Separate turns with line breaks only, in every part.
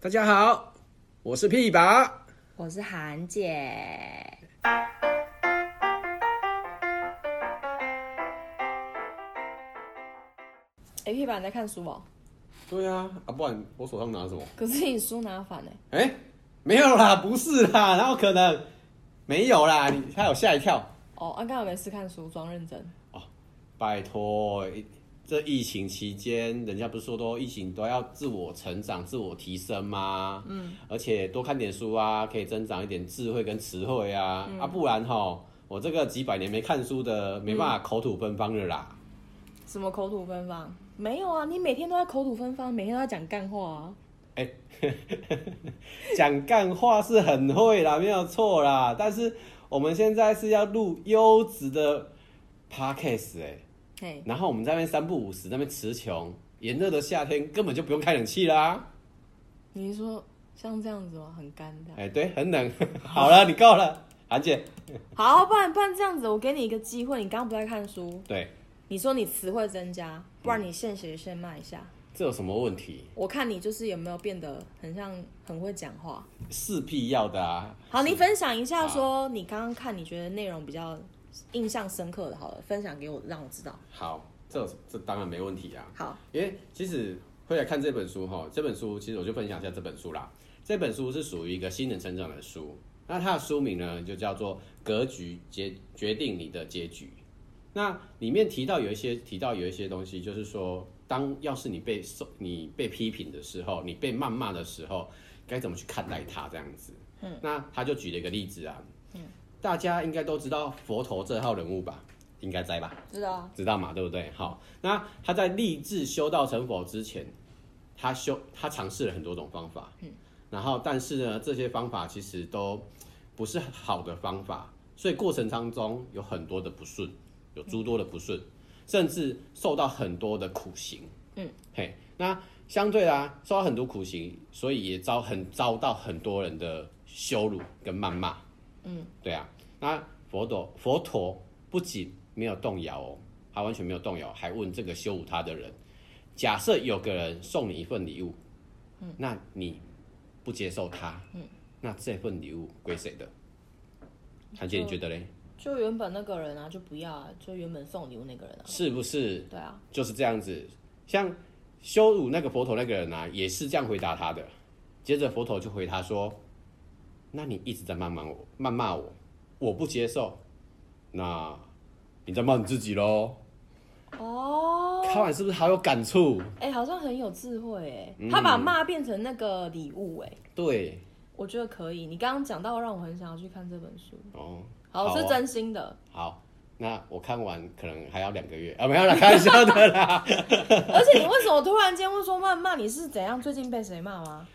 大家好，我是屁拔。
我是韩姐。A P 版在看书哦，
对啊，啊，不然我手上拿什么？
可是你书拿欸反了。
哎、没有啦，不是啦，哪有可能？没有啦，你他有吓一跳。
哦，啊，刚好没事看书，装认真。
拜托，这疫情期间，人家不是说都疫情都要自我成长、自我提升吗？嗯，而且多看点书啊，可以增长一点智慧跟词汇啊，啊，不然吼，我这个几百年没看书的，没办法口吐芬芳了啦。
什么口吐芬芳？没有啊，你每天都在口吐芬芳，每天都在讲干话啊。
讲干话是很会啦，没有错啦。但是我们现在是要录优质的 podcast 哎、
嘿，
然后我们在那边三不五时在那边词穷，炎热的夏天根本就不用开冷气啦。
你是说像这样子吗？很干 的。
哎、对，很冷。 好了，你够了，韩姐。
好，不然不然这样子，我给你一个机会。你刚刚不在看书，
对，
你说你词汇增加，不然你现学现卖一下。
这有什么问题？
我看你就是有没有变得很像很会讲话。
是必要的啊。
好，你分享一下说你刚刚看你觉得内容比较印象深刻的，好了，分享给我，让我知道。
好，这有这当然没问题啊。
好，
因为其实会来看这本书哈，这本书其实我就分享一下这本书啦。这本书是属于一个新人成长的书，那它的书名呢就叫做《格局决决定你的结局》。那里面提到有一些提到有一些东西，就是说，当要是你被受你被批评的时候，你被谩骂的时候，该怎么去看待它这样子？嗯，那他就举了一个例子啊，嗯，大家应该都知道佛陀这号人物吧？应该在吧？
知道啊。
知道嘛，对不对？好，那他在立志修道成佛之前，他修他尝试了很多种方法，嗯，然后但是呢，这些方法其实都不是好的方法，所以过程当中有很多的不顺，有诸多的不顺，甚至受到很多的苦刑，嗯，嘿，那相对啊，受到很多苦刑，所以也遭很遭到很多人的羞辱跟谩骂，嗯，对啊，那佛陀佛陀不仅没有动摇哦，他完全没有动摇，还问这个羞辱他的人：假设有个人送你一份礼物，嗯，那你不接受他，嗯，那这份礼物归谁的？韩姐，你觉得嘞？
就原本那个人啊，就不要啊，就原本送礼物那个人啊。
是不是
对啊，
就是这样子？像羞辱那个佛陀那个人啊，也是这样回答他的。接着佛陀就回他说：“那你一直在谩骂我，谩骂我，我不接受，那你在骂你自己喽。”
哦，
看完是不是好有感触？
哎、好像很有智慧哎、
嗯
他把骂变成那个礼物哎、
对，
我觉得可以。你刚刚讲到让我很想要去看这本书，
哦，
好，
好啊
是真心的，
好，那我看完可能还要两个月啊，没有啦，开玩笑的啦。
而且你为什么突然间会说谩骂？你是怎样？最近被谁 骂吗？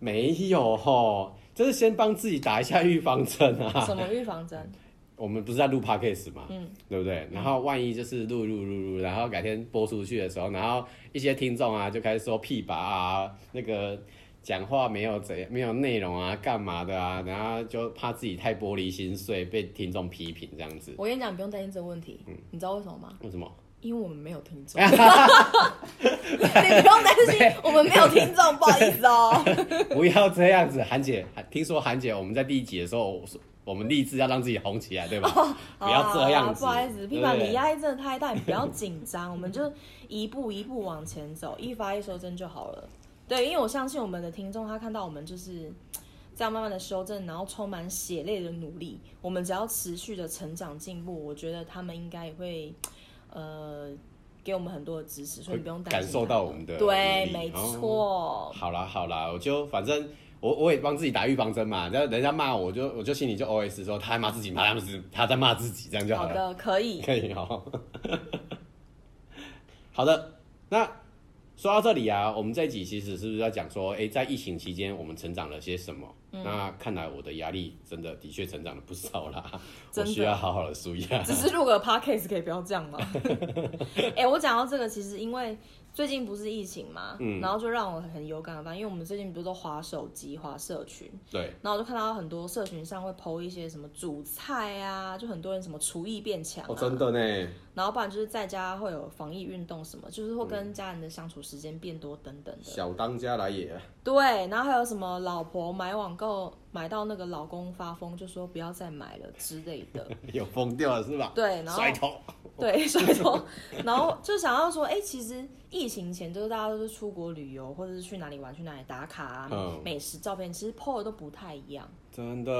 没有吼，就是先帮自己打一下预防针啊。
什么预防针？
我们不是在录 podcast 嘛，
嗯
对不对？然后万一就是录录录录，然后改天播出去的时候，然后一些听众啊就开始说屁吧啊，那个讲话没有怎没有内容啊，干嘛的啊，然后就怕自己太玻璃心碎被听众批评这样子。
我跟你讲，你不用担心这个问题。
嗯
你知道为什么吗？
为什么？
因为我们没有听众，你不用担心，我们没有听众，不好意思哦。
不要这样子，韩姐，听说韩姐我们在第一集的时候，我说我们立志要让自己红起来，对吧？ 不要这样子，
好啊哦不好意思，
对
屁
不
吧，
对
你压力真的太大，你不要紧张，我们就一步一步往前走，一发一收针就好了。对，因为我相信我们的听众，他看到我们就是这样慢慢的修正，然后充满血泪的努力，我们只要持续的成长进步，我觉得他们应该也会呃给我们很多的支持，所以你不用担心。啊
感受到我们的努
对，
力
没
哦
错。
好啦好啦，我就反正我我也帮自己打预防针嘛，然后人家骂我，我就我就心里就 OS 说他在骂自己，骂他自己，他在骂自己，这样啊就好
好
了。
的，可以。
可以哦。好的，那说到这里啊，我们这一集其实是不是要讲说，哎、在疫情期间我们成长了些什么？
嗯
那看来我的压力真的的确成长了不少啦，我
真的
需要好好的舒压。
只是录个 podcast 可以不要这 样吗？哎、我讲到这个，其实因为最近不是疫情嘛，
嗯
然后就让我很有感而发，因为我们最近不是都划手机、划社群，
对，
然后我就看到很多社群上会 PO 一些什么煮菜啊，就很多人什么厨艺变强、啊
哦，真的呢，
然后不然就是在家会
嗯
有防疫运动什么，就是会跟家人的相处时间变多等等的。
小当家来也，
对，然后还有什么老婆买网购买到那个老公发疯，就说不要再买了之类 的。
有疯掉了是吧？
对，然后
甩头，
对，所以说， 然后就想要说，哎、其实疫情前就是大家都是出国旅游，或者是去哪里玩去哪里打卡啊，
嗯
美食照片，其实 PO 的都不太一样。
真的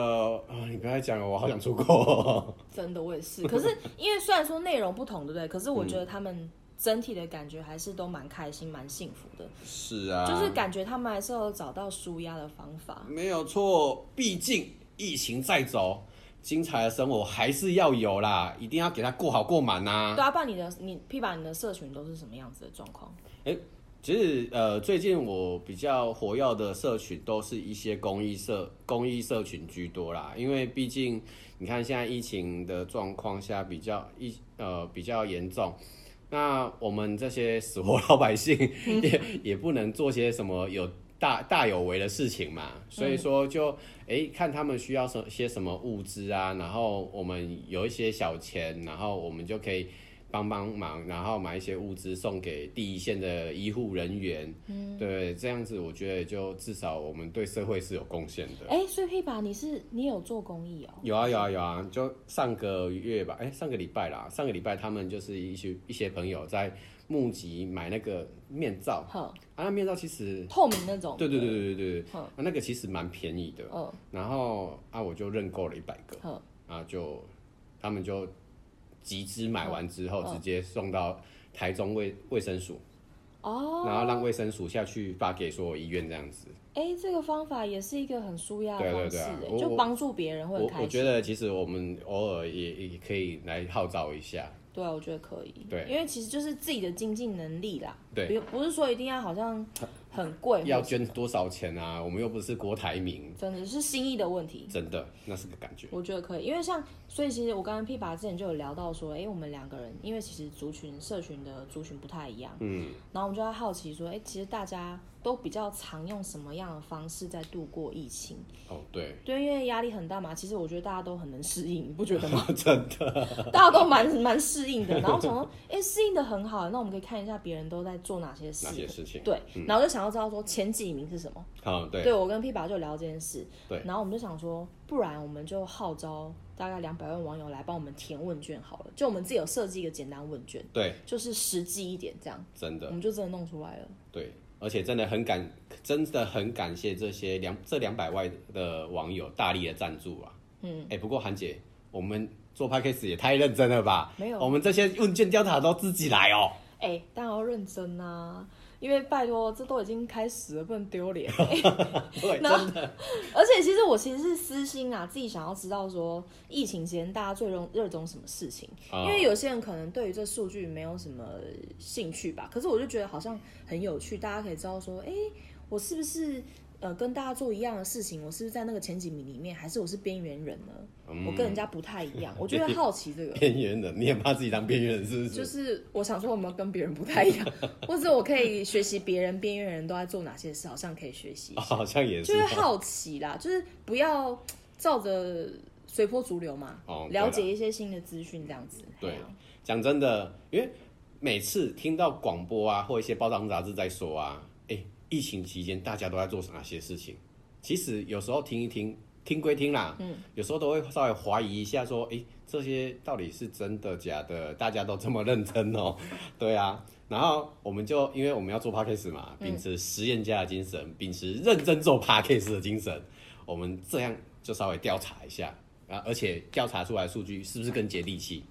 啊！你不要再讲了，我好想出国 哦、
真的，我也是。可是因为虽然说内容不同，对不对？可是我觉得他们整体的感觉还是都蛮开心、蛮幸福的，
是啊，
就是感觉他们还是有找到舒压的方法。
没有错，毕竟疫情在走，精彩的生活还是要有啦，一定要给它过好过满呐、
对啊，爸，你的你 P 把你的社群都是什么样子的状况？
其实呃，最近我比较活跃的社群都是一些公益社公益社群居多啦，因为毕竟你看现在疫情的状况下比较一呃比较严重。那我们这些死活老百姓也也不能做些什么有大大有为的事情嘛，所以说就诶看他们需要什些什么物资啊，然后我们有一些小钱，然后我们就可以帮帮忙，然后买一些物资送给第一线的医护人员。嗯，对，这样子我觉得就至少我们对社会是有贡献的。
哎、所以 P 把你是你有做公益哦、
有啊有啊有啊！就上个月吧，哎、上个礼拜啦，上个礼拜他们就是一些一些朋友在募集买那个面罩
好，
啊，那面罩其实，
透明那种。
对对对对对对，
嗯
啊、那个其实蛮便宜的，
嗯
然后啊我就认购了一百个，
嗯，
啊就他们就集资买完之后
嗯
直接送到台中卫卫生署，
哦，
然后让卫生署下去发给所有医院这样子。
哎、这个方法也是一个很舒压的
对对
方式、
对啊
哎
我
就
我
帮助别人会很
我
开心。
我觉得其实我们偶尔也也可以来号召一下。
对啊，我觉得可以。
对
因为其实就是自己的经济能力啦。
对
不用不是说一定要好像很贵，
要捐多少钱啊？我们又不是郭台铭，
真的是心意的问题。
真的那是个感觉。
我觉得可以，因为像，所以其实我刚刚 P 爸之前就有聊到说，哎、我们两个人，因为其实族群社群的族群不太一样，
嗯，
然后我们就在好奇说，哎、其实大家都比较常用什么样的方式在度过疫情？
哦对，
对，因为压力很大嘛，其实我觉得大家都很能适应，你不觉得吗？
真的
大家都蛮蛮适应的。然后想说，哎、适应的很好，那我们可以看一下别人都在做哪些事
哪。些事情？嗯
对，然后就想要知道说前几名是什么。
好、对，
我跟 P 爸就聊这件事，
对
然后我们就想说，不然我们就号召大概两百万网友来帮我们填问卷好了，就我们自己有设计一个简单问卷，
对，
就是实际一点这样，
真
我
的
们就真的弄出来了。
对，而且真的很感，真的很感谢这些两这两百万的网友大力的赞助啊。嗯，哎、不过韩姐，我们做 podcast 也太认真了吧？
没有
我们这些问卷调查都自己来 哦。
哎、当然要认真啊，因为拜托，这都已经开始了，不能丢脸、哎
对，
然后
真的，
而且其实我其实是私心啊，自己想要知道说疫情期间大家最热热衷什么事情，
哦。
因为有些人可能对于这数据没有什么兴趣吧，可是我就觉得好像很有趣，大家可以知道说，哎、我是不是呃跟大家做一样的事情？我是不是在那个前几名里面，还是我是边缘人呢？我跟人家不太一样，我就会好奇这个
边缘人，你也怕自己当边缘人是不是？
就是我想说，我们跟别人不太一样，或者我可以学习别人边缘人都在做哪些事，好像可以学习一
哦
下。
好像也是
就
哦、
是好奇啦，就是不要照着随波逐流嘛，
哦对啦
了解一些新的资讯这样子。
对
嘿啊
讲真的，因为每次听到广播啊，或一些报章杂志在说啊，哎、疫情期间大家都在做哪些事情？其实有时候听一听，听归听啦，嗯，有时候都会稍微怀疑一下，说，哎、这些到底是真的假的？大家都这么认真哦、 对啊。然后我们就因为我们要做 podcast 嘛，秉持实验家的精神，秉持认真做 podcast 的精神，我们这样就稍微调查一下啊，而且调查出来的数据是不是更接地气？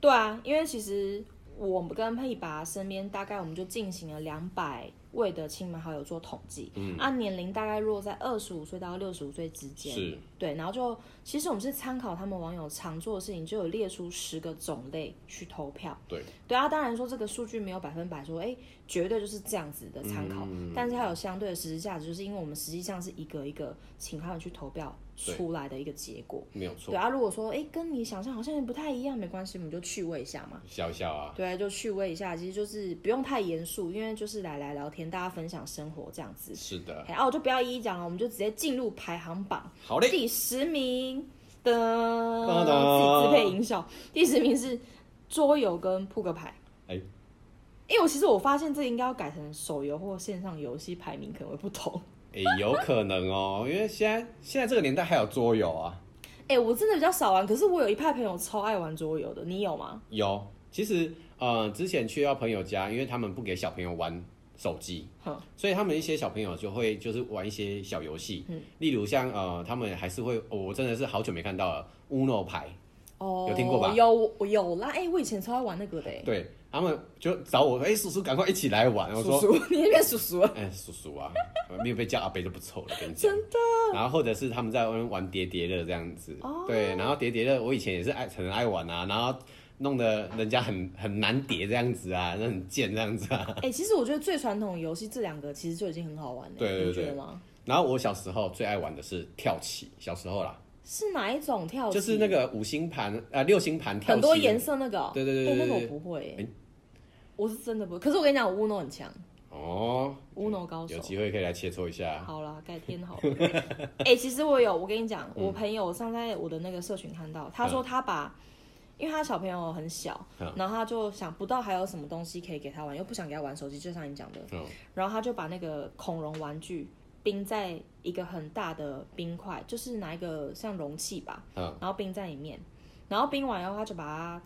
对啊，因为其实我们跟佩拔身边大概我们就进行了两百位的亲朋好友做统计，
嗯
按、年龄大概落在二十五岁到六十五岁之间。
是，
对，然后就其实我们是参考他们网友常做的事情，就有列出十个种类去投票。
对，
对啊，当然说这个数据没有百分百说，哎，绝对就是这样子的参考，
嗯
但是它有相对的实质价值，就是因为我们实际上是一个一个请他们去投票
对
出来的一个结果。
没有
对
错，
啊，如果说哎跟你想象好像也不太一样，没关系，我们就趣味一下嘛。
笑笑啊，
对啊，就趣味一下，其实就是不用太严肃，因为就是来来聊天，大家分享生活这样子。
是的，
哎，啊，我就不要一一讲了，我们就直接进入排行榜。
好嘞，
第十名的
噔
自己自配音效，第十名是桌游跟扑克牌。
哎
因为我其实我发现这应该要改成手游或线上游戏排名可能会不同。
诶、有可能哦，因为现在现在这个年代还有桌游啊，
哎、我真的比较少玩，可是我有一派朋友超爱玩桌游的，你有吗？
有。其实呃，之前去到朋友家，因为他们不给小朋友玩手机，
哼，
所以他们一些小朋友就会就是玩一些小游戏，例如像呃，他们还是会，哦我真的是好久没看到了 Uno 牌，
哦，
有听过吧
有，我有啦。哎、我以前超爱玩那个的、哎，
对他们就找我，哎、叔叔赶快一起来玩，我
叔
说，
叔， 你那边叔叔
哎、叔叔啊，没有被叫阿伯就不错了，跟你讲。
真的
然后或者是他们在玩玩叠叠乐这样子，
哦
对，然后叠叠乐我以前也是爱很爱玩啊，然后弄得人家很很难叠这样子啊，那很贱这样子啊。
哎、其实我觉得最传统的游戏这两个其实就已经很好玩了、
对对
你觉
对
得吗？
然后我小时候最爱玩的是跳棋，小时候啦，
是哪一种跳棋？
就是那个五星盘啊六星盘跳棋，
很多颜色那个、哦。
对对对对
哎那个
对
我不会、哎
哎
我是真的不会。可是我跟你讲，我乌 n 很强
哦，
乌 n 高手
有。机会可以来切磋一下。
好啦，改天好了。哎、其实我有，我跟你讲，我朋友上在我的那个社群看到，他说他把，因为他小朋友很小，
嗯
然后他就想不到还有什么东西可以给他玩，又不想给他玩手机，就像你讲的，
嗯，
然后他就把那个恐龙玩具冰在一个很大的冰块，就是拿一个像容器吧，
嗯
然后冰在里面，然后冰完以后，他就把它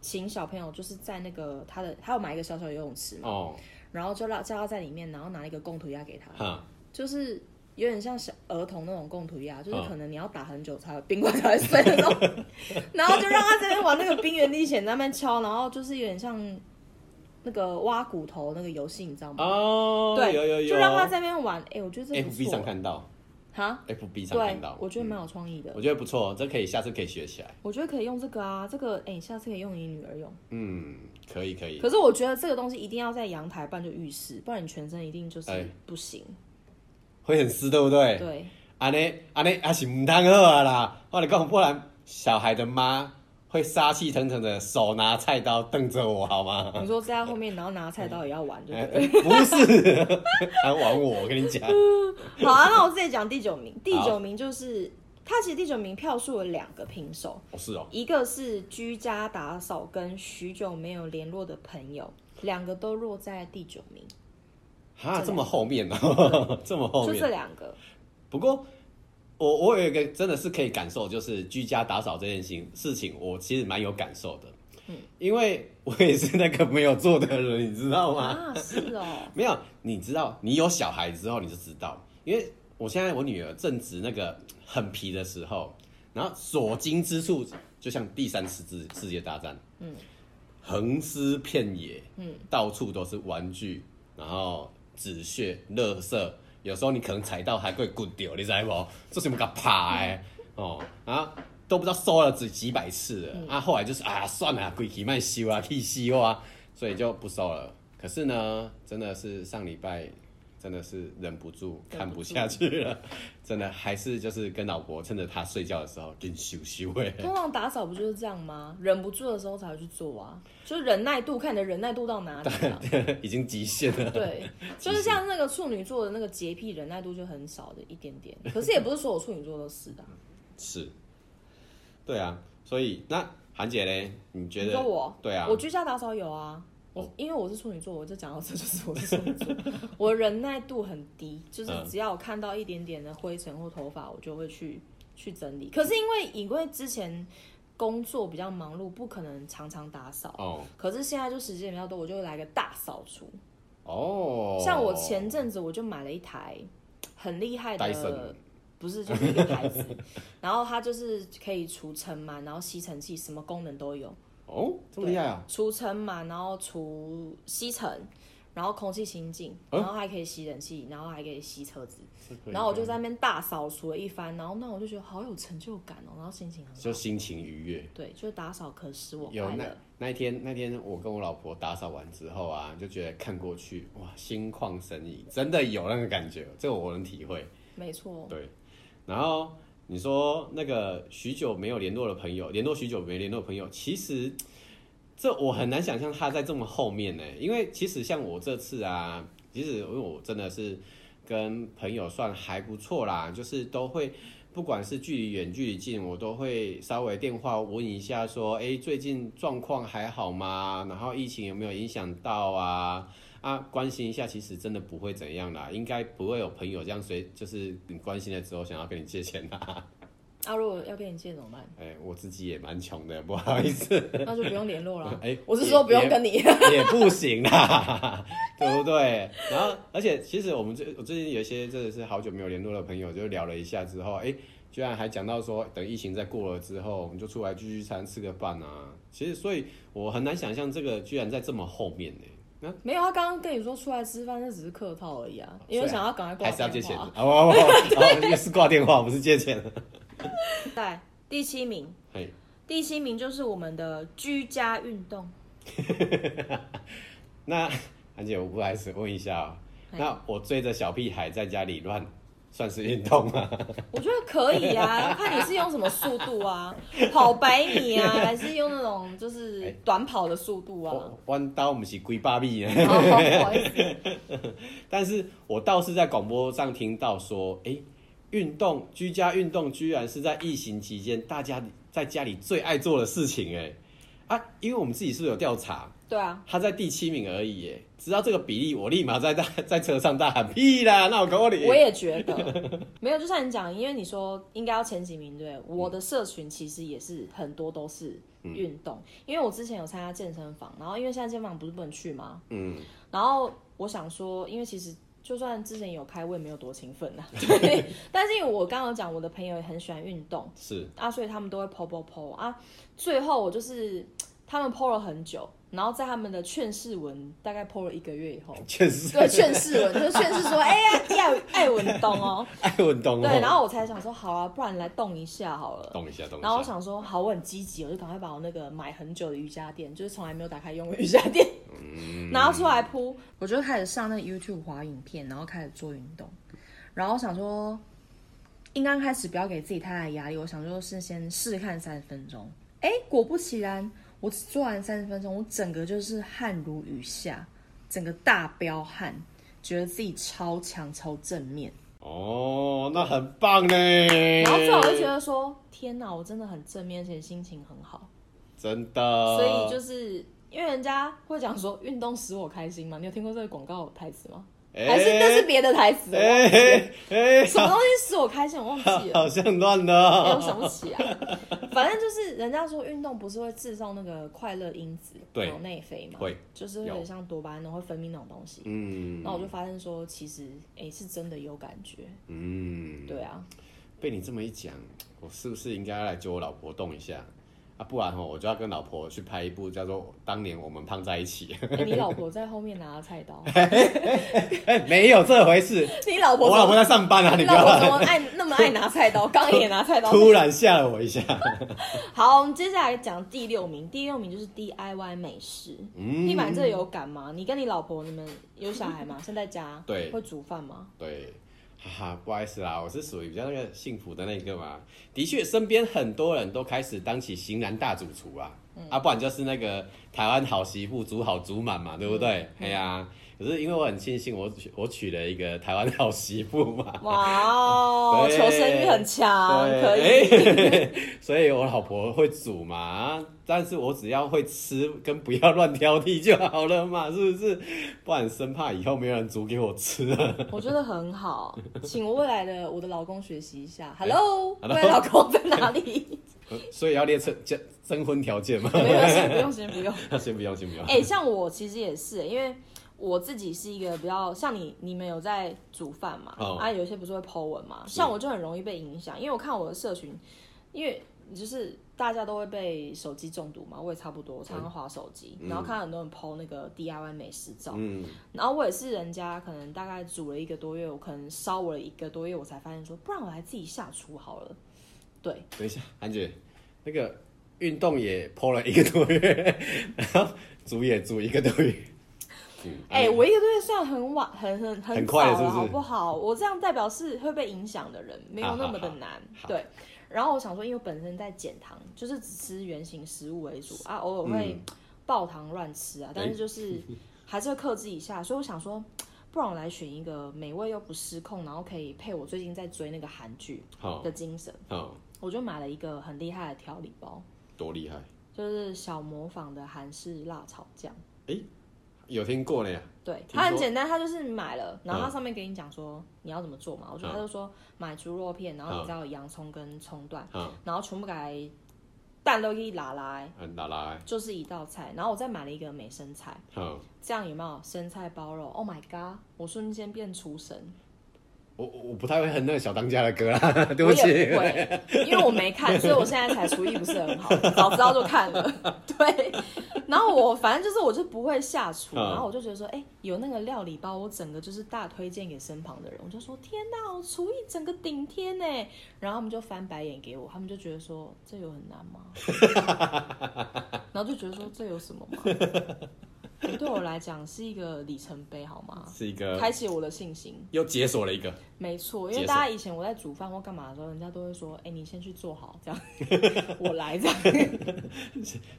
请小朋友就是在那个他的，他有买一个小小游泳池嘛，
哦，
然后就让叫他在里面，然后拿一个供涂鸦给他。
哈，
就是有点像小儿童那种供涂鸦，就是
嗯
可能你要打很久才会冰块才会碎那种， 然后就让他这边玩那个冰原历险，在那边敲，然后就是有点像那个挖骨头那个游戏，你知道吗？
哦，
对，
有有有，
就让他在那边玩。哎、我觉得这不
FB 上
错。
看到
哈，
，FB 上
对
看到，，
我觉得
嗯
蛮有创意的。
我觉得不错，这可以下次可以学起来。
我觉得可以用这个啊，这个哎、你下次可以用你女儿用。
嗯，可以可以。
可是我觉得这个东西一定要在阳台，不然就浴室，不然你全身一定就是
哎
不行。
会很湿，对不对？
对，
安尼安尼也是唔通好啊啦！我跟你讲，不然小孩的妈会杀气腾腾的，手拿菜刀瞪着我，好吗？
你说在后面，然后拿菜刀也要玩，对
哎
不 对？
不是，还玩我，我跟你讲，
好啊，那我自己讲第九名。第九名就是他，其实第九名票数有两个平手，
哦是哦，
一个是居家打扫跟许久没有联络的朋友，两个都落在第九名，
哈，这么后面哦， 这么后
就这
面。
两个。
不过我我有一个真的是可以感受，就是居家打扫这件事情事情，我其实蛮有感受的，嗯，因为我也是那个没有做的人，你知道吗？
啊，是 哦，
没有，你知道，你有小孩之后你就知道，因为我现在我女儿正值那个很皮的时候，然后所经之处就像第三次世世界大战，嗯，横尸遍野，嗯，到处都是玩具，然后纸屑、垃圾，有时候你可能踩到还会滚掉，你知道不？这什么个怕的哦，然后都不知道收了几几百次了，啊，后来就是啊，算了，鬼气慢修啊，屁修啊，所以就不收了。可是呢，真的是上礼拜真的是忍不住
忍不住
看不下去了， 真的还是就是跟老婆趁着她睡觉的时候跟修修哎，
通常打扫不就是这样吗？忍不住的时候才会去做啊，就是忍耐度，看你的忍耐度到哪里啊。
已经极限了。
对，就是像那个处女座的那个洁癖，忍耐度就很少的一点点。可是也不是所有处女座都是的啊。
是，对啊，所以那韩姐嘞，你觉
你
得
说？我？
对啊
我，居家打扫有啊。
哦
我因为我是处女座，我就讲到这就是我是处女 座，我忍耐度很低，就是
嗯
只要我看到一点点的灰尘或头发，我就会去去整理。可是因为因为之前工作比较忙碌，不可能常常打扫。
哦
可是现在就时间比较多，我就来个大扫除。
哦，
像我前阵子我就买了一台很厉害的
Dyson，
不是就是一个牌子，然后它就是可以除尘螨，然后吸尘器什么功能都有。
哦这么厉害啊，
除尘螨，然后除吸尘，然后空气清净，
嗯
然后还可以吸人气，然后还可以吸车子，然后我就在那边大扫除了一番，然后那我就觉得好有成就感哦，然后心情很
就
好。
心情愉悦。
对，就是打扫可使我
有
快
那
乐。
那一天，那天我跟我老婆打扫完之后啊，就觉得看过去哇，心旷神怡，真的有那个感觉，这个我能体会。
没错，
对，然后你说那个许久没有联络的朋友，联络许久没联络的朋友，其实这我很难想象他在这么后面呢，因为其实像我这次啊，其实因为我真的是跟朋友算还不错啦，就是都会，不管是距离远距离近，我都会稍微电话问一下说，哎，最近状况还好吗？然后疫情有没有影响到啊？啊，关心一下，其实真的不会怎样啦，应该不会有朋友这样随，就是你关心了之后想要跟你借钱 啦。
啊，如果要跟你借怎么办？
哎，我自己也蛮穷的，不好意思。
那就不用联络了。
哎，
我是说不用
也
跟你。
也不行啦， 对不对？然后，而且其实我们最我最近有一些真的是好久没有联络的朋友，就聊了一下之后，哎，居然还讲到说，等疫情再过了之后，我们就出来聚聚餐、吃个饭啊。其实，所以我很难想象这个居然在这么后面呢、
没有，他刚刚跟你说出来吃饭，那只是客套而已啊，因
所
为
以
想要赶快挂
还是要借
电
钱的
话。
哦，哦哦哦也是挂电话，不是借钱。
在第七名，
嘿，
第七名就是我们的居家运动。
那 安姐，我不好意思问一下、哦，
嘿
那我追着小屁孩在家里乱，算是运动吗？
我觉得可以啊，看你是用什么速度啊，跑百米啊，还是用那种就是短跑的速度啊？哦，
我弯刀不是龟巴米啊。
不好意思，
但是我倒是在广播上听到说，哎、运动居家运动居然是在疫情期间大家在家里最爱做的事情、诶哎，啊，因为我们自己是不是有调查，
对啊，
他在第七名而已、耶，知道这个比例，我立马在大在车上大喊屁啦，那我搞你
我，也觉得没有，就像你讲，因为你说应该要前几名，对不对，我的社群其实也是很多都是运动，因为我之前有参加健身房，然后因为现在健身房不是不能去吗？
嗯，
然后我想说，因为其实就算之前有开，我也没有多勤奋啊。 对，但是因为我刚刚有讲，我的朋友也很喜欢运动
是
啊，所以他们都会 PO PO PO 啊。最后我就是他们 PO 了很久，然后在他们的劝世文大概 PO 了一个月以后，
确实
对劝世文就是劝世说，哎呀，要爱运动哦。
爱运动、哦，
对，然后我才想说，好啊，不然来动一下好了。
动一下动一
然后我
下，
想说，好，我很积极，我就赶快把我那个买很久的瑜伽垫，就是从来没有打开用的瑜伽垫， 拿出来铺，我就开始上那个 YouTube 滑影片，然后开始做运动。然后我想说，应刚开始不要给自己太大的压力，我想说是先试看三十分钟。哎，果不其然，我只做完三十分钟，我整个就是汗如雨下，整个大飙汗，觉得自己超强、超正面。
哦，那很棒呢，
然后最后我就觉得说，天哪，我真的很正面，而且心情很好。
真的，
所以就是因为人家会讲说运动使我开心嘛，你有听过这个广告台词吗？
诶
还是那是别的台词？我
哎
忘记了
诶诶
什么东西使我开心？我忘记了，
哎好像乱了
哎我
哦，
想不起来。反正就是人家说运动不是会制造那个快乐因子，
对
脑内啡嘛，
会，
就是会
有
有点像多巴胺会分泌那种东西。
嗯
然后我就发现说，其实哎、是真的有感觉，
嗯。
对 啊，
被你这么一讲，我是不是应该来揪我老婆动一下啊？不然吼，我就要跟老婆去拍一部叫做《当年我们胖在一起》
哎你老婆在后面拿菜刀，
哎、没有这回事，
你老婆
我
怎
老婆
么，
在上班啊，你
你
不
老
要
婆怎
来。
么爱那么爱拿菜 刀？刚也拿菜刀，
突然吓了我一下，
好，我们接下来讲第六名，第六名就是 DIY 美食。
嗯，
你买这个有感吗？你跟你老婆你们有小 孩吗？现在家
对
会煮 饭吗？
对，哈哈，不好意思啦，我是属于比较那个幸福的那个嘛。的确，身边很多人都开始当起型男大主厨啊，
嗯
啊，不然就是那个台湾好媳妇煮好煮满嘛，对不
嗯
对？哎呀、可是因为我很庆幸我娶我娶了一个台湾好媳妇嘛，
哇哦，
对
求生欲很强，
对
啊可以。
哎所以我老婆会煮嘛，啊但是我只要会吃跟不要乱挑剔就好了嘛，是不是？不然生怕以后没有人煮给我吃了。
我觉得很好，请我未来的我的老公学习一下。Hello，未
哎 hello
来老公在 哪里？
所以要列征征征婚条件嘛？
没关系，不用，先不用。
先不要，先不要。
哎、像我其实也是、因为我自己是一个比较像你，你们有在煮饭嘛？
哦
啊，有一些不是会 Po 文嘛？
是
像我就很容易被影响，因为我看我的社群，因为就是大家都会被手机中毒嘛，我也差不多，我
嗯
常常划手机，然后看到很多人 Po 那个 DIY 美食照，
嗯，
然后我也是人家可能大概煮了一个多月，我可能烧我了一个多月，我才发现说，不然我来自己下厨好了。对，
等一下，韩姐，那个运动也剖了一个多月，然后煮也煮一个多 月。嗯
哎、我一个多月算很晚，很很
很
早
快了是不
了，
是
好不好？我这样代表是会被影响的人，没有那么的难。
好好好
对，然后我想说，因为我本身在减糖，就是只吃原形食物为主
嗯
啊，偶
哎
尔会爆糖乱吃啊，但是就是还是会克制一下，所以我想说。不然我来选一个美味又不失控，然后可以配我最近在追那个韩剧
好
的精神，
好，
我就买了一个很厉害的调理包，
多厉害！
就是小模仿的韩式辣炒酱。
有听过呢，
对，
听
它很
说
简单，它就是买了，然后它
嗯
上面给你讲说你要怎么做嘛。我觉得他就说买猪肉片，然后你
嗯
再有洋葱跟葱段，
啊，
然后全部改蛋都一拉拉，
嗯，拿来，
就是一道菜。然后我再买了一个美生菜，
好，
这样有没有生菜包肉？Oh my god！我瞬间变厨神，
我我我不太会哼那个小当家的歌啦， 对
我
不
也
起，
不会，因为我没看，所以我现在才厨艺不是 很好，早知道就看了。 对，然后我反正就是我就不会下厨，
嗯
然后我就觉得说，哎、有那个料理包，我整个就是大推荐给身旁的人，我就说，天哪，我厨艺整个顶天呢。然后他们就翻白眼给我，他们就觉得说，这有很难吗？ 然后就觉得说，这有什么吗？对我来讲是一个里程碑，好吗？
是一个
开启我的信心。
又解锁了一个，
没错，因为
节省
大家以前我在煮饭或干嘛的时候，人家都会说：“哎、你先去做好，这样 我来 这样。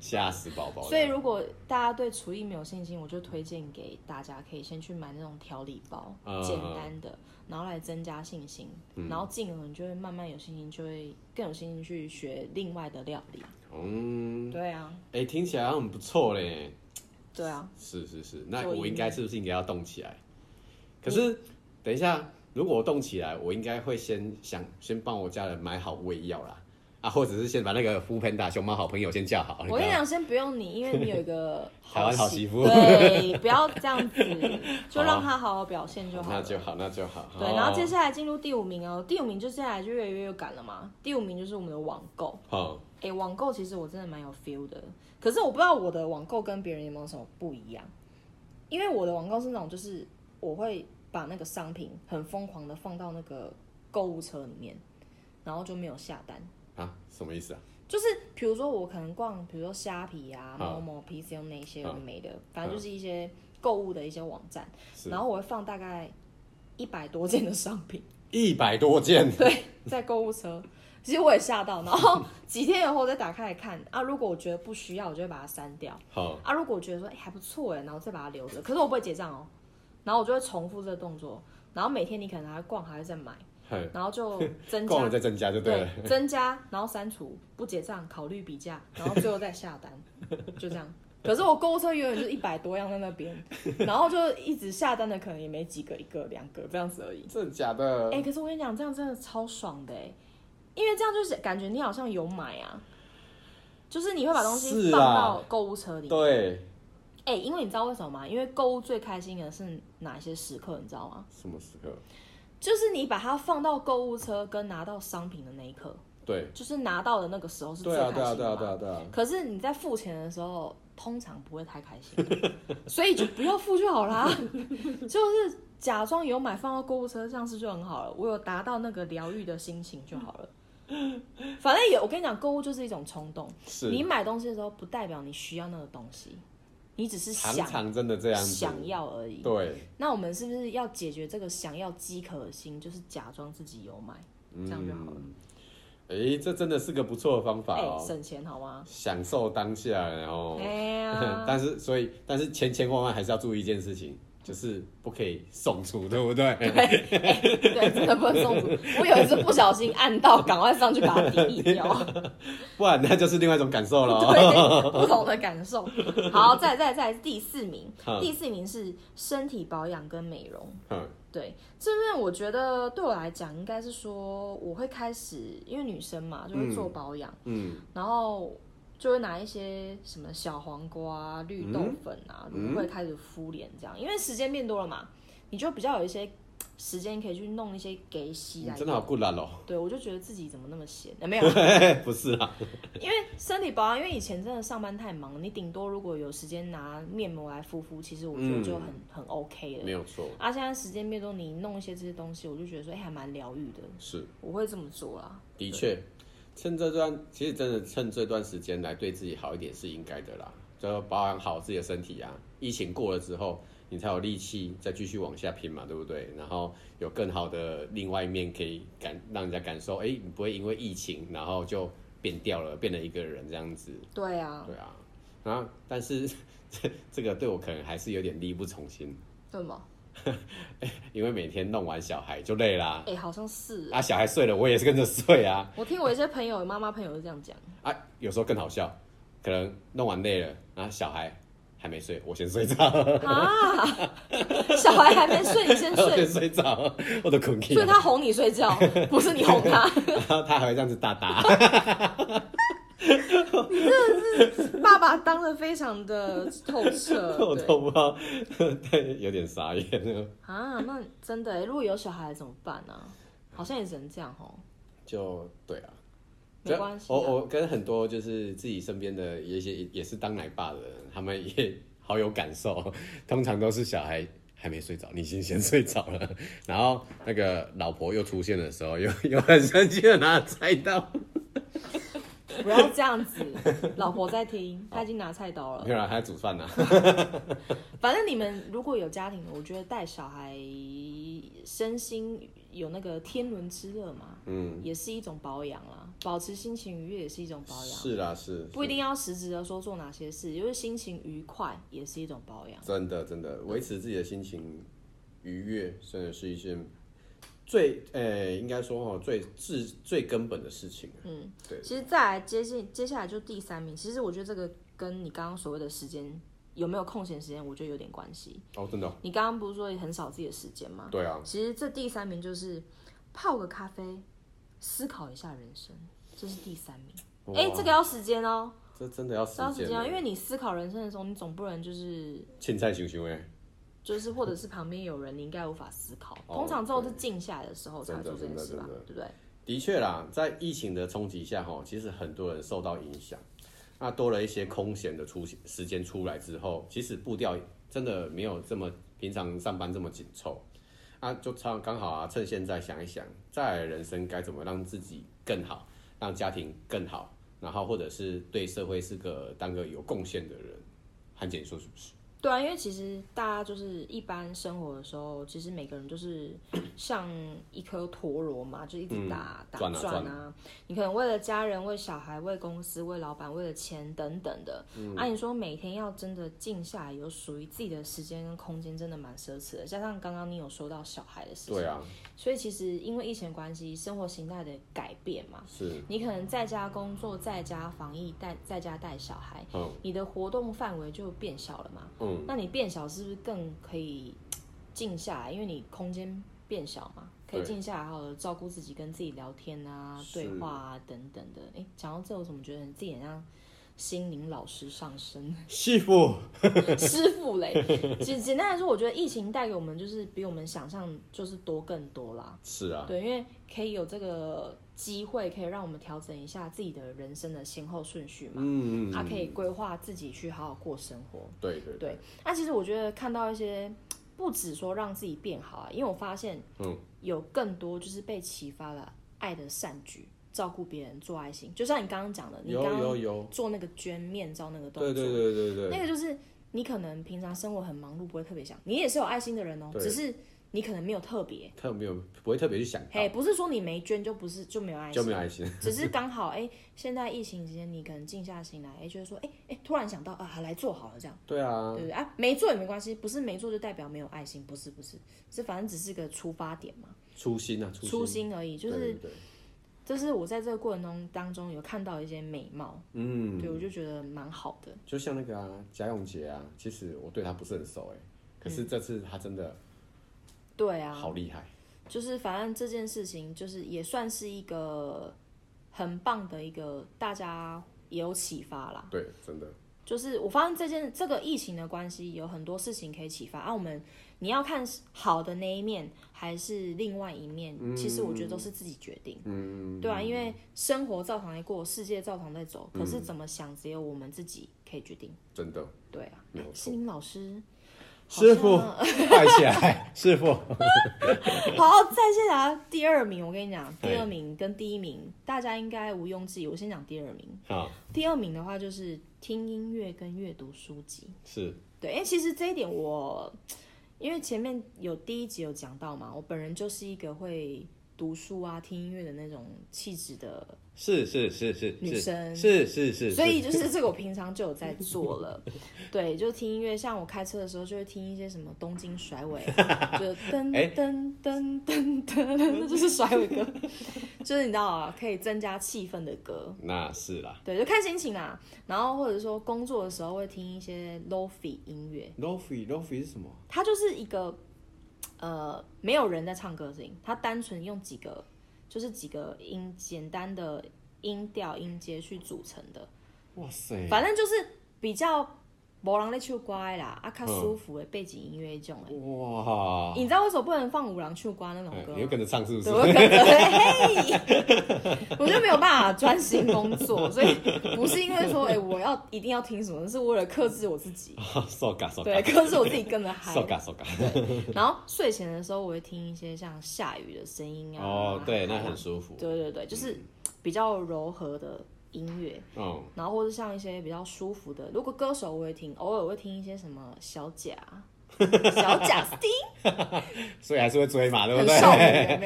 吓死宝”宝了。
所以如果大家对厨艺没有信心，我就推荐给大家可以先去买那种调理包，
嗯
简单的，然后来增加信心，然后进而你就会慢慢有信心，就会更有信心去学另外的料理。
嗯，
对啊，
哎、听起来很不错嘞。
对啊，
是是是，那
做
我
音
应该是不是应该要动起来？可是等一下，如果我动起来，我应该会先想先帮我家人买好胃药啦，啊，或者是先把那个 f 盆打熊猫好朋友先叫好。你
我跟
知
你
道吗
讲，先不用你，因为你有一个
台湾好媳妇
对，不要这 样子，就
好啊
让他好好表现就好
那
了。
就好，那就好。
对，然后接下来进入第五名哦，第五名就接下来就越来越有感了嘛。第五名就是我们的网购，
好，
哎，网购其实我真的蛮有 feel 的，可是我不知道我的网购跟别人有没有什么不一样，因为我的网购是那种就是我会把那个商品很疯狂的放到那个购物车里面，然后就没有下单。
啊，什么意思啊？
就是比如说我可能逛，比如说虾皮啊、
嗯
某某 PCO 那一些有的
嗯
没的，反正就是一些购物的一些网站，
是
然后我会放大概一百多件的商品。
一百多件，
对， 在购物车。其实我也吓到，然后几天以后我再打开来看 啊，如果我觉得不需要，我就会把它删掉
好，
啊；如果我觉得说哎、还不错哎，然后再把它留着。可是我不会结账哦，然后我就会重复这个动作，然后每天你可能还会逛，还会再买，
嘿
然后就增
逛了
加
再增加就对了。
增加，然后删除不结账，考虑比价，然后最后再下单， 就这样。可是我购物车永远就一百多样在那边，然后就一直下单的可能也没几个，一个两个这样子而已。
真的假的？
哎、可是我跟你讲，这样真的超爽的哎、因为这样就是感觉你好像有买啊，就是你会把东西
是
放
啊
到购物车里。
对，
哎、因为你知道为什么吗？因为购物最开心的是哪些时刻，你知道吗？
什么时刻？
就是你把它放到购物车跟拿到商品的那一刻，
对，
就是拿到的那个时候是最
对
开
啊，
心
对
的嘛。
啊，对啊，对啊，对啊。
可是你在付钱的时候，通常不会太开心， 所以就不要付就好啦。 就是假装有买放到购物车上是就很好了，我有达到那个疗愈的心情就好了。反正也，我跟你讲，购物就是一种冲动。
是，
你买东西的时候，不代表你需要那个东西，你只是
常
想
常真的这样子。
想要而已。
对，
那我们是不是要解决这个想要饥渴的心，就是假装自己有买，这样就好了？
哎、这真的是个不错的方法
哎、
哦，
省钱好吗？
享受当下，然后，，
哎 呀
但是所以，但是千千万万还是要注意一件事情，就是不可以送出，对不对？
对，真的不能送出。我有一次不小心按到，赶快上去把 它 delete 掉，
不然那就是另外一种感受了哦。
对，不同的感受。好，再再再第四名，
好
第四名是身体保养跟美容。
嗯
对，这边我觉得对我来讲，应该是说我会开始，因为女生嘛，就会做保养，
嗯，
然后就会拿一些什么小黄瓜、啊、绿豆粉啊，
嗯
会开始敷脸这样，因为时间变多了嘛，你就比较有一些时间可以去弄一些给洗啊
你
来
真的好固懒哦，
对，我就觉得自己怎么那么闲？呃没有啦，
不是啦，
因为身体保养，因为以前真的上班太忙，你顶多如果有时间拿面膜来敷敷，其实我觉得
嗯
就很、很 OK
没
了。
有错，
啊，现在时间变多，你弄一些这些东西，我就觉得说，哎、还蛮疗愈的。
是
我会这么做啦。
的确，趁这段其实真的趁这段时间来对自己好一点是应该的啦，就保养好自己的身体啊。疫情过了之后，你才有力气再继续往下拼嘛，对不对？然后有更好的另外一面可以感让人家感受，哎、你不会因为疫情然后就变掉了，变了一个人这样子。
对啊，
对啊， 然后但是这这个对我可能还是有点力不从心。
对吗？
因为每天弄完小孩就累啦。
哎、好像是。
啊，小孩睡了，我也是跟着睡啊。
我听我一些朋友、妈妈朋友是这样讲，
啊，有时候更好笑，可能弄完累了，然后小孩还没睡，我先睡着，
啊， 小孩还没睡，你先
我先
睡，
睡着，我的困 k
所以他哄你睡觉，不是你哄他。
然后 他还会这样子哒哒。
爸爸当的非常的透 彻，
我
对
都不知道，对，有点傻眼了。
啊，那真的耶，如果有小孩怎么办呢、好像也只能这样哦。
就对啊，
没关系啊
我我跟很多就是自己身边的一些也是当奶爸的人，他们也好有感受。通常都是小孩还没睡着，你已经先睡着了，然后那个老婆又出现的时候，又又很生气的拿菜刀，
不要这样子，老婆在听，她已经拿菜刀了
没。有啦，他在煮 饭呢、啊
反正你们如果有家庭，我觉得带小孩身心有那个天伦之乐嘛，
嗯，
也是一种保养啦，保持心情愉悦也是一种保养。
是啦，是
不一定要实质的说做哪些事，就是心情愉快也是一种保养。
真的真的，维持自己的心情愉悦，真的是一件最呃、应该说哦，最至最根本的事情。嗯，对，
其实再来接近接下来就第三名，其实我觉得这个跟你刚刚所谓的时间有没有空闲时间，我觉得有点关系。
哦，真的哦，
你刚刚不是说很少自己的时间吗？
对啊，
其实这第三名就是泡个咖啡，思考一下人生，这是第三名。
哇
哎、这个要时间哦，
这真的要时
这要时
间
间哦，
了，
因为你思考人生的时候，你总不能就是
青菜行行哎，
就是，或者是旁边有人，你应该无法思考。
哦
通常之后是静下来的时候才
真
会
的
做这件事吧
真的真的，
对不对？
的确啦，在疫情的冲击下哈，其实很多人受到影响，那多了一些空闲的出行时间出来之后，其实步调真的没有这么平常上班这么紧凑。啊，就刚刚好啊，趁现在想一想，在人生该怎么让自己更好，让家庭更好，然后或者是对社会是个当个有贡献的人，汉姐你说是不是？
对啊，因为其实大家就是一般生活的时候，其实每个人就是像一颗陀螺嘛，就一直
嗯
打、打
转啊
转啊。你可能为了家人、为小孩、为公司、为老板、为了钱等等的。
嗯
按、理你说每天要真的静下来，有属于自己的时间跟空间，真的蛮奢侈的。加上刚刚你有说到小孩的事情，
对啊，
所以其实因为疫情的关系，生活形态的改变嘛，
是，
你可能在家工作、在家防疫、带在家带小孩，
嗯
你的活动范围就变小了嘛。
嗯，
那你变小是不是更可以静下来？因为你空间变小嘛，可以
对
静下来，好好地照顾自己，跟自己聊天啊、
是
对话啊等等的。哎、讲到这，我怎么觉得你自己很像心灵老师上身
师傅，
师傅嘞？简简单来说，我觉得疫情带给我们就是比我们想象就是多更多啦。
是啊，
对，因为可以有这个机会，可以让我们调整一下自己的人生的先后顺序嘛，
嗯，
它可以规划自己去好好过生活。
对对
对，那其实我觉得看到一些不止说让自己变好啊，因为我发现，
嗯，
有更多就是被启发了爱的善举，照顾别人，做爱心，就像你刚刚讲的，你
有
刚
有
刚
有，
做那个捐面罩那个动
对
作，
对对对对，
那个就是你可能平常生活很忙碌，不会特别想，你也是有爱心的人哦，
对
只是你可能没有特别，
特没有不会特别去想
嘿，
到，
不是说你没捐就不是就没有爱
就
心
没。有爱 心。
只是刚好哎、现在疫情期间，你可能静下心来，哎、就是说，哎、哎、突然想到啊，来做好了这样。
对啊，
对不对啊，没做也没关系，不是没做就代表没有爱心，不是不是，是反正只是个出发点嘛，
初心啊，
初
心，
心而已。就
对
是
对对，
这是我在这个过程中当中有看到一些美貌，
嗯，
对我就觉得蛮好的。
就像那个啊，贾永杰啊，其实我对他不是很熟哎，可是这次他真的
嗯对啊，
好厉害，
就是反正这件事情就是也算是一个很棒的一个大家也有启发啦。
对，真的，
就是我发现这件这个疫情的关系，有很多事情可以启发啊。我们你要看好的那一面，还是另外一面，其实我觉得都是自己决定。
嗯，
对啊，因为生活照常在过，世界照常在走，可是怎么想只有我们自己可以决定。
真的，
对啊
没有，错
心灵老师，好
师 傅
像哦
快起来，师 傅，
好，再谢啊，第二名，我跟你讲，
对
第二名跟第一名，大家应该毋庸置疑。我先讲第二名，
好，
第二名的话就是听音乐跟阅读书籍。
是，
对，因为其实这一点我，因为前面有第一集有讲到嘛，我本人就是一个会读书啊、听音乐的那种气质的
是是是是
女
是
生
是是是，
所以就是这个我平常就有在做了，对，就听音乐，像我开车的时候就会听一些什么东京甩尾啊，就 噔
哎
噔噔噔噔噔，那就是甩尾歌，就是你知道啊，可以增加气氛的歌，
那是啦
对，就看心情啦。然后或者说工作的时候会听一些 lofi 音乐，
，lofi lofi 是什么？
它就是一个呃没有人在唱歌的声音，它单纯用几个就是几个音简单的音调音阶去组成的。
哇塞，
反正就是比较无人咧唱歌的啦，啊，较舒服的背景音乐这种
嗯
的。
哇，
你知道为什么不能放五郎唱歌那种
哎
歌
你又
吗？
跟着唱是不是
对，？我就跟着，嘿， 我就没有办法专心工作，所以不是因为说，哎、我要一定要听什么，是为了克制我自己，
受嘎受
对，哎
嘎
克制我自己跟 着嗨。
受嘎受嘎，
然后睡前的时候，我会听一些像下雨的声音啊，
哦，对，那
海
很
浪
舒服，
对对对，就是比较柔和的音乐。
嗯，
然后或者像一些比较舒服的，如果歌手我会听，偶尔会听一些什么小 贾、小贾斯汀，
所以还是会追嘛，对不
很
对？
少女有没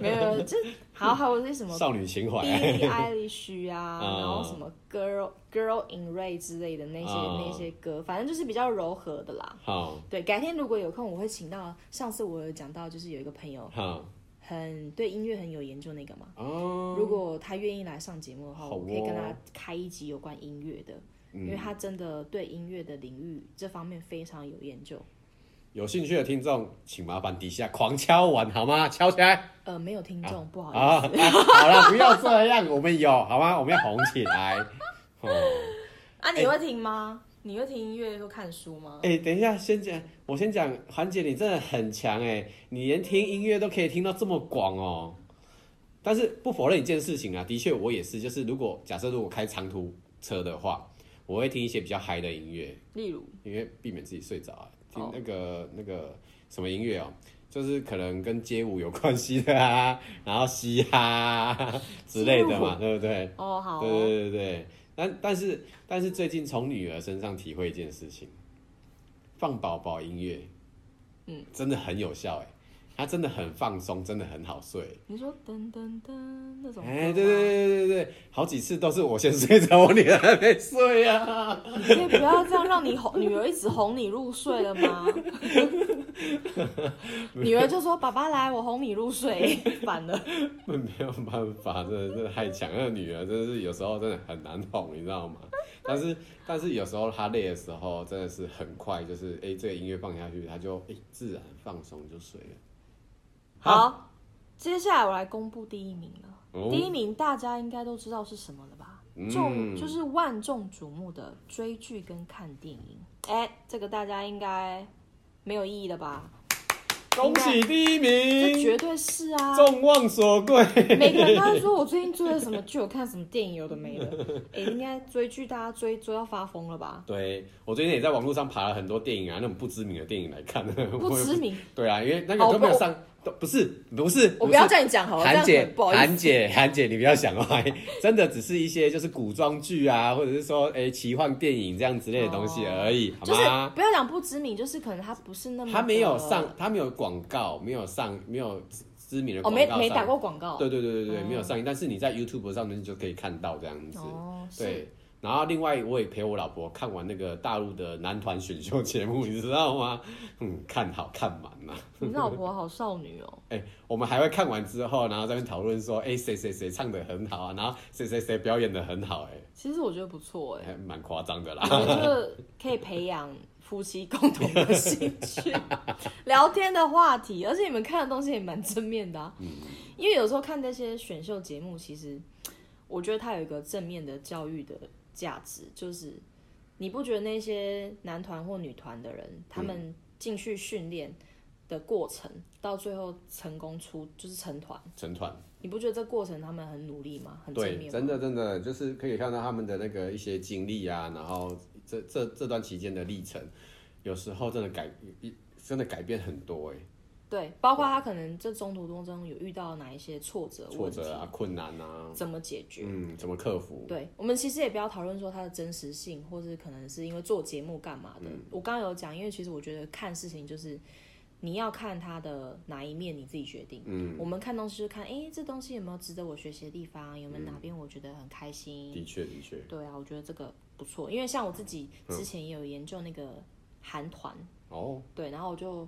没有，就好还有些什么
少女情怀，
Billie Eilish 啊，
嗯
然后什么 Girl Girl in Ray 之类的那些、
嗯
那些歌，反正就是比较柔和的啦。
好
对，改天如果有空，我会请到上次我有讲到，就是有一个朋友
好
很对音乐很有研究那个嘛，
哦，
如果他愿意来上节目的话，
好
我可以跟
哦嗯
他开一集有关音乐的，因为他真的对音乐的领域这方面非常有研究。
有兴趣的听众，请麻烦底下狂敲碗好吗？敲起来
呃，没有听众，不好意思。
啊！好 了，不要这样，我们有好吗？我们要红起来。 哦，
啊，你会听吗？你会听音乐或看书吗？
哎、等一下，先讲，我先讲，环姐你真的很强哎、你连听音乐都可以听到这么广哦。但是不否认一件事情啊，的确我也是，就是如果假设如果开长途车的话，我会听一些比较嗨的音乐，
例如，
因为避免自己睡着啊。听
哦
那个、那个什么音乐哦，就是可能跟街舞有关系的啊， 然后嘻哈啊之类的 嘛，对不对？
哦，好
对
哦，
对对对，但但是但是最近从女儿身上体会一件事情，放宝宝音乐，嗯，真的很有效哎，她真的很放松，真的很好睡。
你说噔噔噔那种，
哎，对对，对对对，好几次都是我先睡着，我女儿还没睡啊。
你可以不要这样让你哄女儿一直哄你入睡了 吗？女儿就说：“爸爸来，我哄你入睡。”反了，
没有办法，真的真的太强，那个女儿真的是有时候真的很难哄，你知道吗？ 但是但是有时候她累的时候，真的是很快，就是哎、这个音乐放下去，她就哎、自然放松就睡了。
好，接下来我来公布第一名了。
哦
第一名大家应该都知道是什么了吧？众、
嗯
就是万众瞩目的追剧跟看电影。哎、这个大家应该没有异议了吧？
恭喜第一
这
名，
绝对是啊！
众望所归。
每个人都在说我最近追了什么剧，我看什么电影，有的 没的。哎、应该追剧大家追追到发疯了吧？
对我最近也在网络上爬了很多电影啊，那种不知名的电影来看。
不知名，
对啊，因为那个都没有上，都不是不是，不
我不
是
要叫你讲好了，这
韩
样
姐
很，不好意思。
韩姐， 韩姐，你不要想歪，真的只是一些就是古装剧啊，或者是说哎、奇幻电影这样之类的东西而已，
哦就
好
是
吗？
不要讲不知名，就是可能他不是那么
他没有
的
上，他没有广告，没有上，没有知知名的
哦，
广告
没
上
没打过广告。
对对对对对，
哦
没有上映，但是你在 YouTube 上面就可以看到这样子。
哦，是
对，然后另外我也陪我老婆看完那个大陆的男团选秀节目， 你知道吗？嗯，看好看满呐、
你老婆好少女 哦，
哎、我们还会看完之后，然后在那边讨论说，哎、谁谁谁唱的很好啊，然后谁谁谁表演的很好、
其实我觉得不错
哎，
哎，
还蛮夸张的
我
啦。
觉得可以培养夫妻共同的兴趣，聊天的话题，而且你们看的东西也蛮正面的、啊，
嗯
因为有时候看那些选秀节目，其实我觉得它有一个正面的教育的价值，就是你不觉得那些男团或女团的人，他
嗯
们进去训练的过程，到最后成功出就是成团，
成团，
你不觉得这过程他们很努力吗？很正面
对，
吗
真的真的就是可以看到他们的那个一些经历啊，然后这这这段期间的历程，有时候真的改一真的改变很多、哎
对，包括他可能这中途当中有遇到哪一些挫折
哎，挫
问题，
折啊，困难啊，
怎么解决？
嗯，怎么克服？
对我们其实也不要讨论说它的真实性，
嗯
或是可能是因为做节目干嘛的。我刚刚有讲，因为其实我觉得看事情就是你要看它的哪一面，你自己决定。
嗯，
我们看东西就是看，哎，这东西有没有值得我学习的地方，有没
嗯
有哪边我觉得很开心。
的确的确，
对啊，我觉得这个不错，因为像我自己
嗯
之前也有研究那个韩团，
哦，
对，然后我就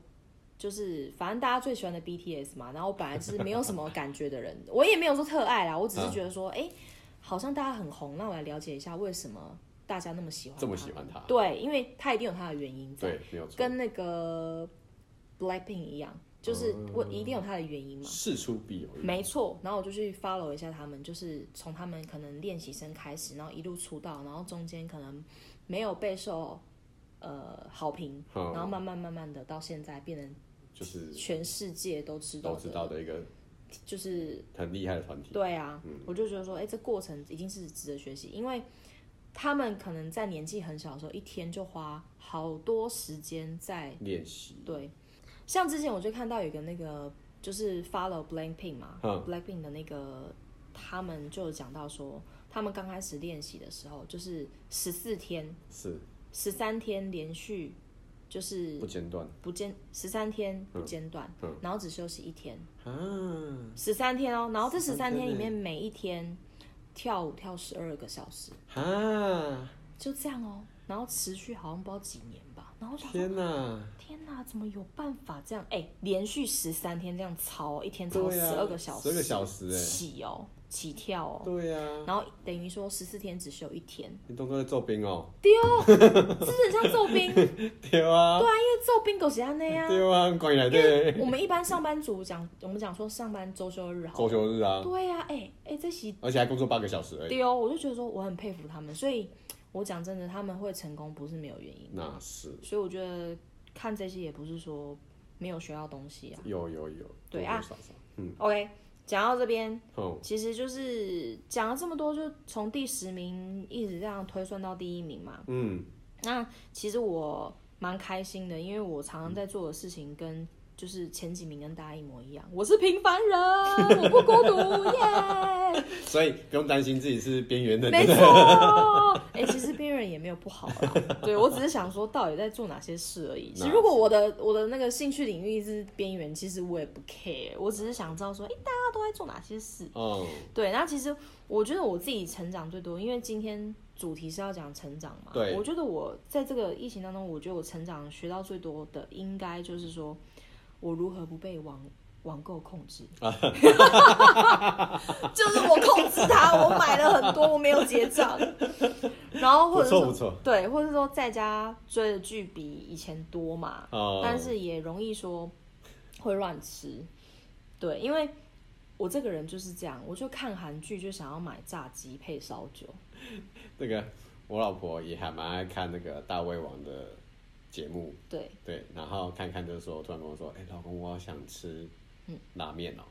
就是反正大家最喜欢的 BTS 嘛，然后我本来就是没有什么感觉的人， 我也没有说特爱啦，我只是
嗯
觉得说，哎、好像大家很红，那我来了解一下为什么大家那么喜欢
这么
他
喜欢他，
对，因为他一定有他的原因在，
对，没有错，
跟那个 Blackpink 一样，就是
嗯
我一定有他的原因嘛。
事出必有因，
没错，然后我就去 follow 一下他们，就是从他们可能练习生开始，然后一路出道，然后中间可能没有备受呃好评，
嗯
然后慢慢慢慢的到现在变成
就是
全世界都知道
都
的，
知道的一个
就是
很厉害的团体，
对啊，
嗯
我就觉得说，哎、这过程一定是值得学习，因为他们可能在年纪很小的时候，一天就花好多时间在
练习，
对，像之前我就看到有一个那个就是 follow Blackpink 嘛、
嗯
b l a c k p i n k 的那个他们就有讲到说，他们刚开始练习的时候，就是十四天、
是
十三天连续就是
不间断
不间十三天不间断，
嗯
然后只休息一天，
啊，
十三天哦，然后这十
13
三
天
天里
呢
面每一天跳舞跳十二个小时，
啊，
就这样哦，然后持续好像不知道几年吧，然后我想说
天哪，
天哪，怎么有办法这样？哎，连续十三天这样操，一天操
对
十
啊
二个小时，
12个小时哎
起哦，起跳哦，
对呀，
然后等于说十四天只休一天，
你动作在做兵哦，
丢，是不是很像揍兵？对
对啊，
啊，因为揍兵狗血那样。
对啊，关于来对，
我们一般上班族讲，我们讲说上班周休日好
周
了，
休日啊，
对呀、哎哎，这习
而且还工作八个小时而已，
对哦，我就觉得说我很佩服他们，所以我讲真的，他们会成功不是没有原因，
那是
所以我觉得看这些也不是说没有学到东西啊。
有有有，多
对
多
啊
少少，嗯，
OK，讲到这边，
哦，
其实就是讲了这么多，就从第十名一直这样推算到第一名嘛。
嗯，
那其实我蛮开心的，因为我常
嗯
常在做的事情跟就是前几名跟大家一模一样，我是平凡人，我不孤 独，耶、
所以不用担心自己是边缘的
没
人，
错，哎、其实边缘人也没有不好啦。对我只是想说，到底在做哪些事而已。其实如果我的我的那个兴趣领域是边缘，其实我也不 care，我只是想知道说，哎、大家都在做哪些事。
哦，
对，那其实我觉得我自己成长最多，因为今天主题是要讲成长嘛。
对
我觉得我在这个疫情当中，我觉得我成长学到最多的，应该就是说我如何不被网网购控制。就是我控制它，我买了很多，我没有结账。然后哦或者
不
说
错不错
对，或者说在家追的剧比以前多嘛，
哦
但是也容易说会乱吃。对，因为我这个人就是这样，我就看韩剧就想要买炸鸡配烧酒。
那个我老婆也还蛮爱看那个大胃王的节目，
对，
对，然后看看就说，突然跟我说，哎、老公，我好想吃
嗯
拉面哦、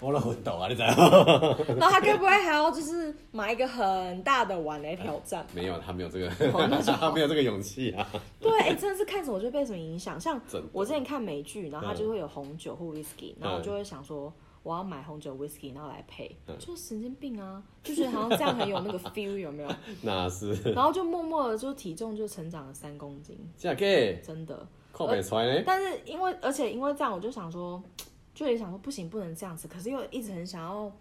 我老昏倒啊，你知 道吗？
然后他该不会还要就是买一个很大的碗来挑战？
没有，他没有这个，
哦那就 好
他没有这个勇气啊。
对，哎、真的是看什么就被什么影响。像
真的
我之前看美剧，然后它
嗯
就会有红酒或 whisky，然后我就会想说。我要买红酒 whisky，然后来配，
嗯
就是神经病啊，就觉得好像这样很有那个 feel，有没有？
那是
然后就默默的就体重就成长了三公斤，
这个
真的。
靠北出来呢，
但是因为而且因为这样，我就想说，就也想说不行，不能这样子。可是又一直很想要，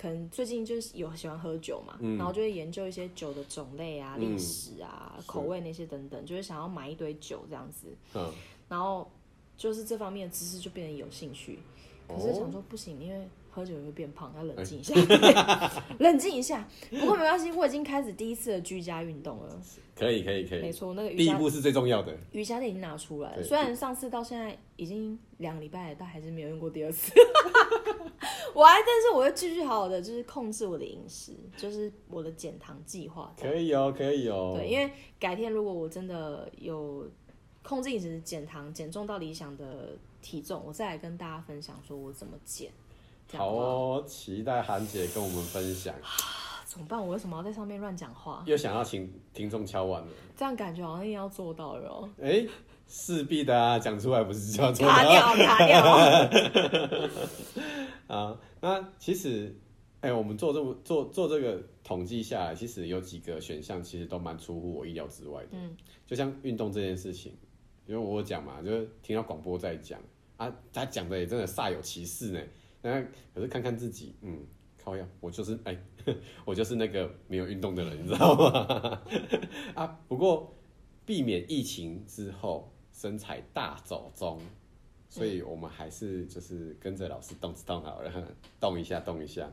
可能最近就是有喜欢喝酒嘛，
嗯
然后就会研究一些酒的种类啊、
嗯
历史啊、
是
口味那些等等，就是想要买一堆酒这样子。
嗯，
然后就是这方面的知识就变得有兴趣。可是
哦
想说不行，因为喝酒也会变胖，要
哎
冷静一下， 冷静一下。不过没关系，我已经开始第一次的居家运动了。
可以可以可
没
以，
错，那个瑜
哎第一
伽
步是最重要的，
瑜伽垫已经拿出来了，
对
虽然上次到现在已经两个礼拜了，但还是没有用过第二次。 我还，但是我会继续好好的，就是控制我的饮食，就是我的减糖计划。
可以哦、可以哦、
对，因为改天如果我真的有控制饮食、减糖、减重到理想的体重，我再来跟大家分享说我怎么减。这样
好
好不好
哦，期待韩姐跟我们分享。
啊怎么办？我为什么要在上面乱讲话？
又想要请听众敲碗了，
这样感觉好像也要做到了哦。
哎、势必的啊，讲出来不是叫做
卡掉， 卡掉。
啊，那其实，哎、我们做这么做做这个统计下来，其实有几个选项其实都蛮出乎我意料之外的。
嗯，
就像运动这件事情，因为我有讲嘛，就是听到广播在讲啊，他讲的也真的煞有其事呢。那可是看看自己，嗯，靠呀，我就是哎、 我就是那个没有运动的人，你知道吗？ 啊，不过避免疫情之后身材大走中，所以我们还是就是跟着老师动次动好了，动一下动一下。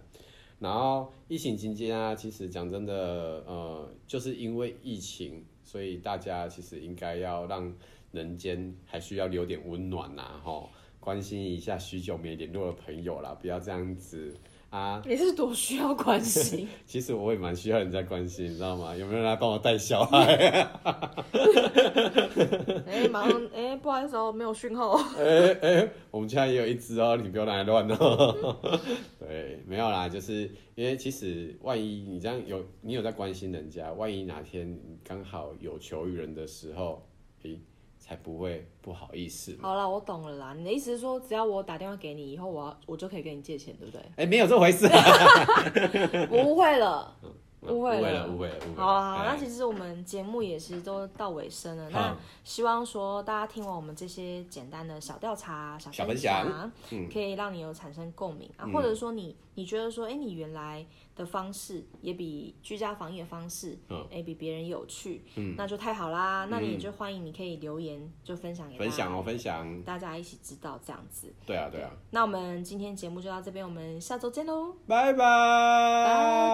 然后疫情期间啊，其实讲真的，呃，就是因为疫情，所以大家其实应该要让人间还需要留点温暖呐、啊，吼，关心一下许久没联络的朋友啦，不要这样子啊。
你是多需要关 心，
其实我也蛮需要人家关心，你知道吗？有没有人来帮我带小孩？
哎、马上哎、不好意思哦，没有讯号。
哎哎，我们家也有一只哦，你不要拿来乱哦。 对，没有啦，就是因为其实万一你这样有你有在关心人家，万一哪天刚好有求于人的时候，诶、才不会不好意思嘛。
好啦，我懂了啦。你的意思是说，只要我打电话给你，以后我要我就可以跟你借钱，对不对？
哎、没有这回事、啊，
我误会了，误会
误会
了
了，误会了，误会了。
好啊，好啊，
哎
那其实我们节目也是都到尾声了。
嗯
那希望说大家听完我们这些简单的小调查、小
小
分
分
享嗯
享，
可以让你有产生共鸣啊，或者说你你觉得说，哎，你原来的方式也比居家防疫的方式，哎，比别人有趣，那就太好啦。那你就欢迎你可以留言就嗯分享给大
分享
家，
哦，分享。
大家一起知道这样子。
对啊，对啊，
那我们今天节目就到这边，我们下周见喽，
拜拜。
拜。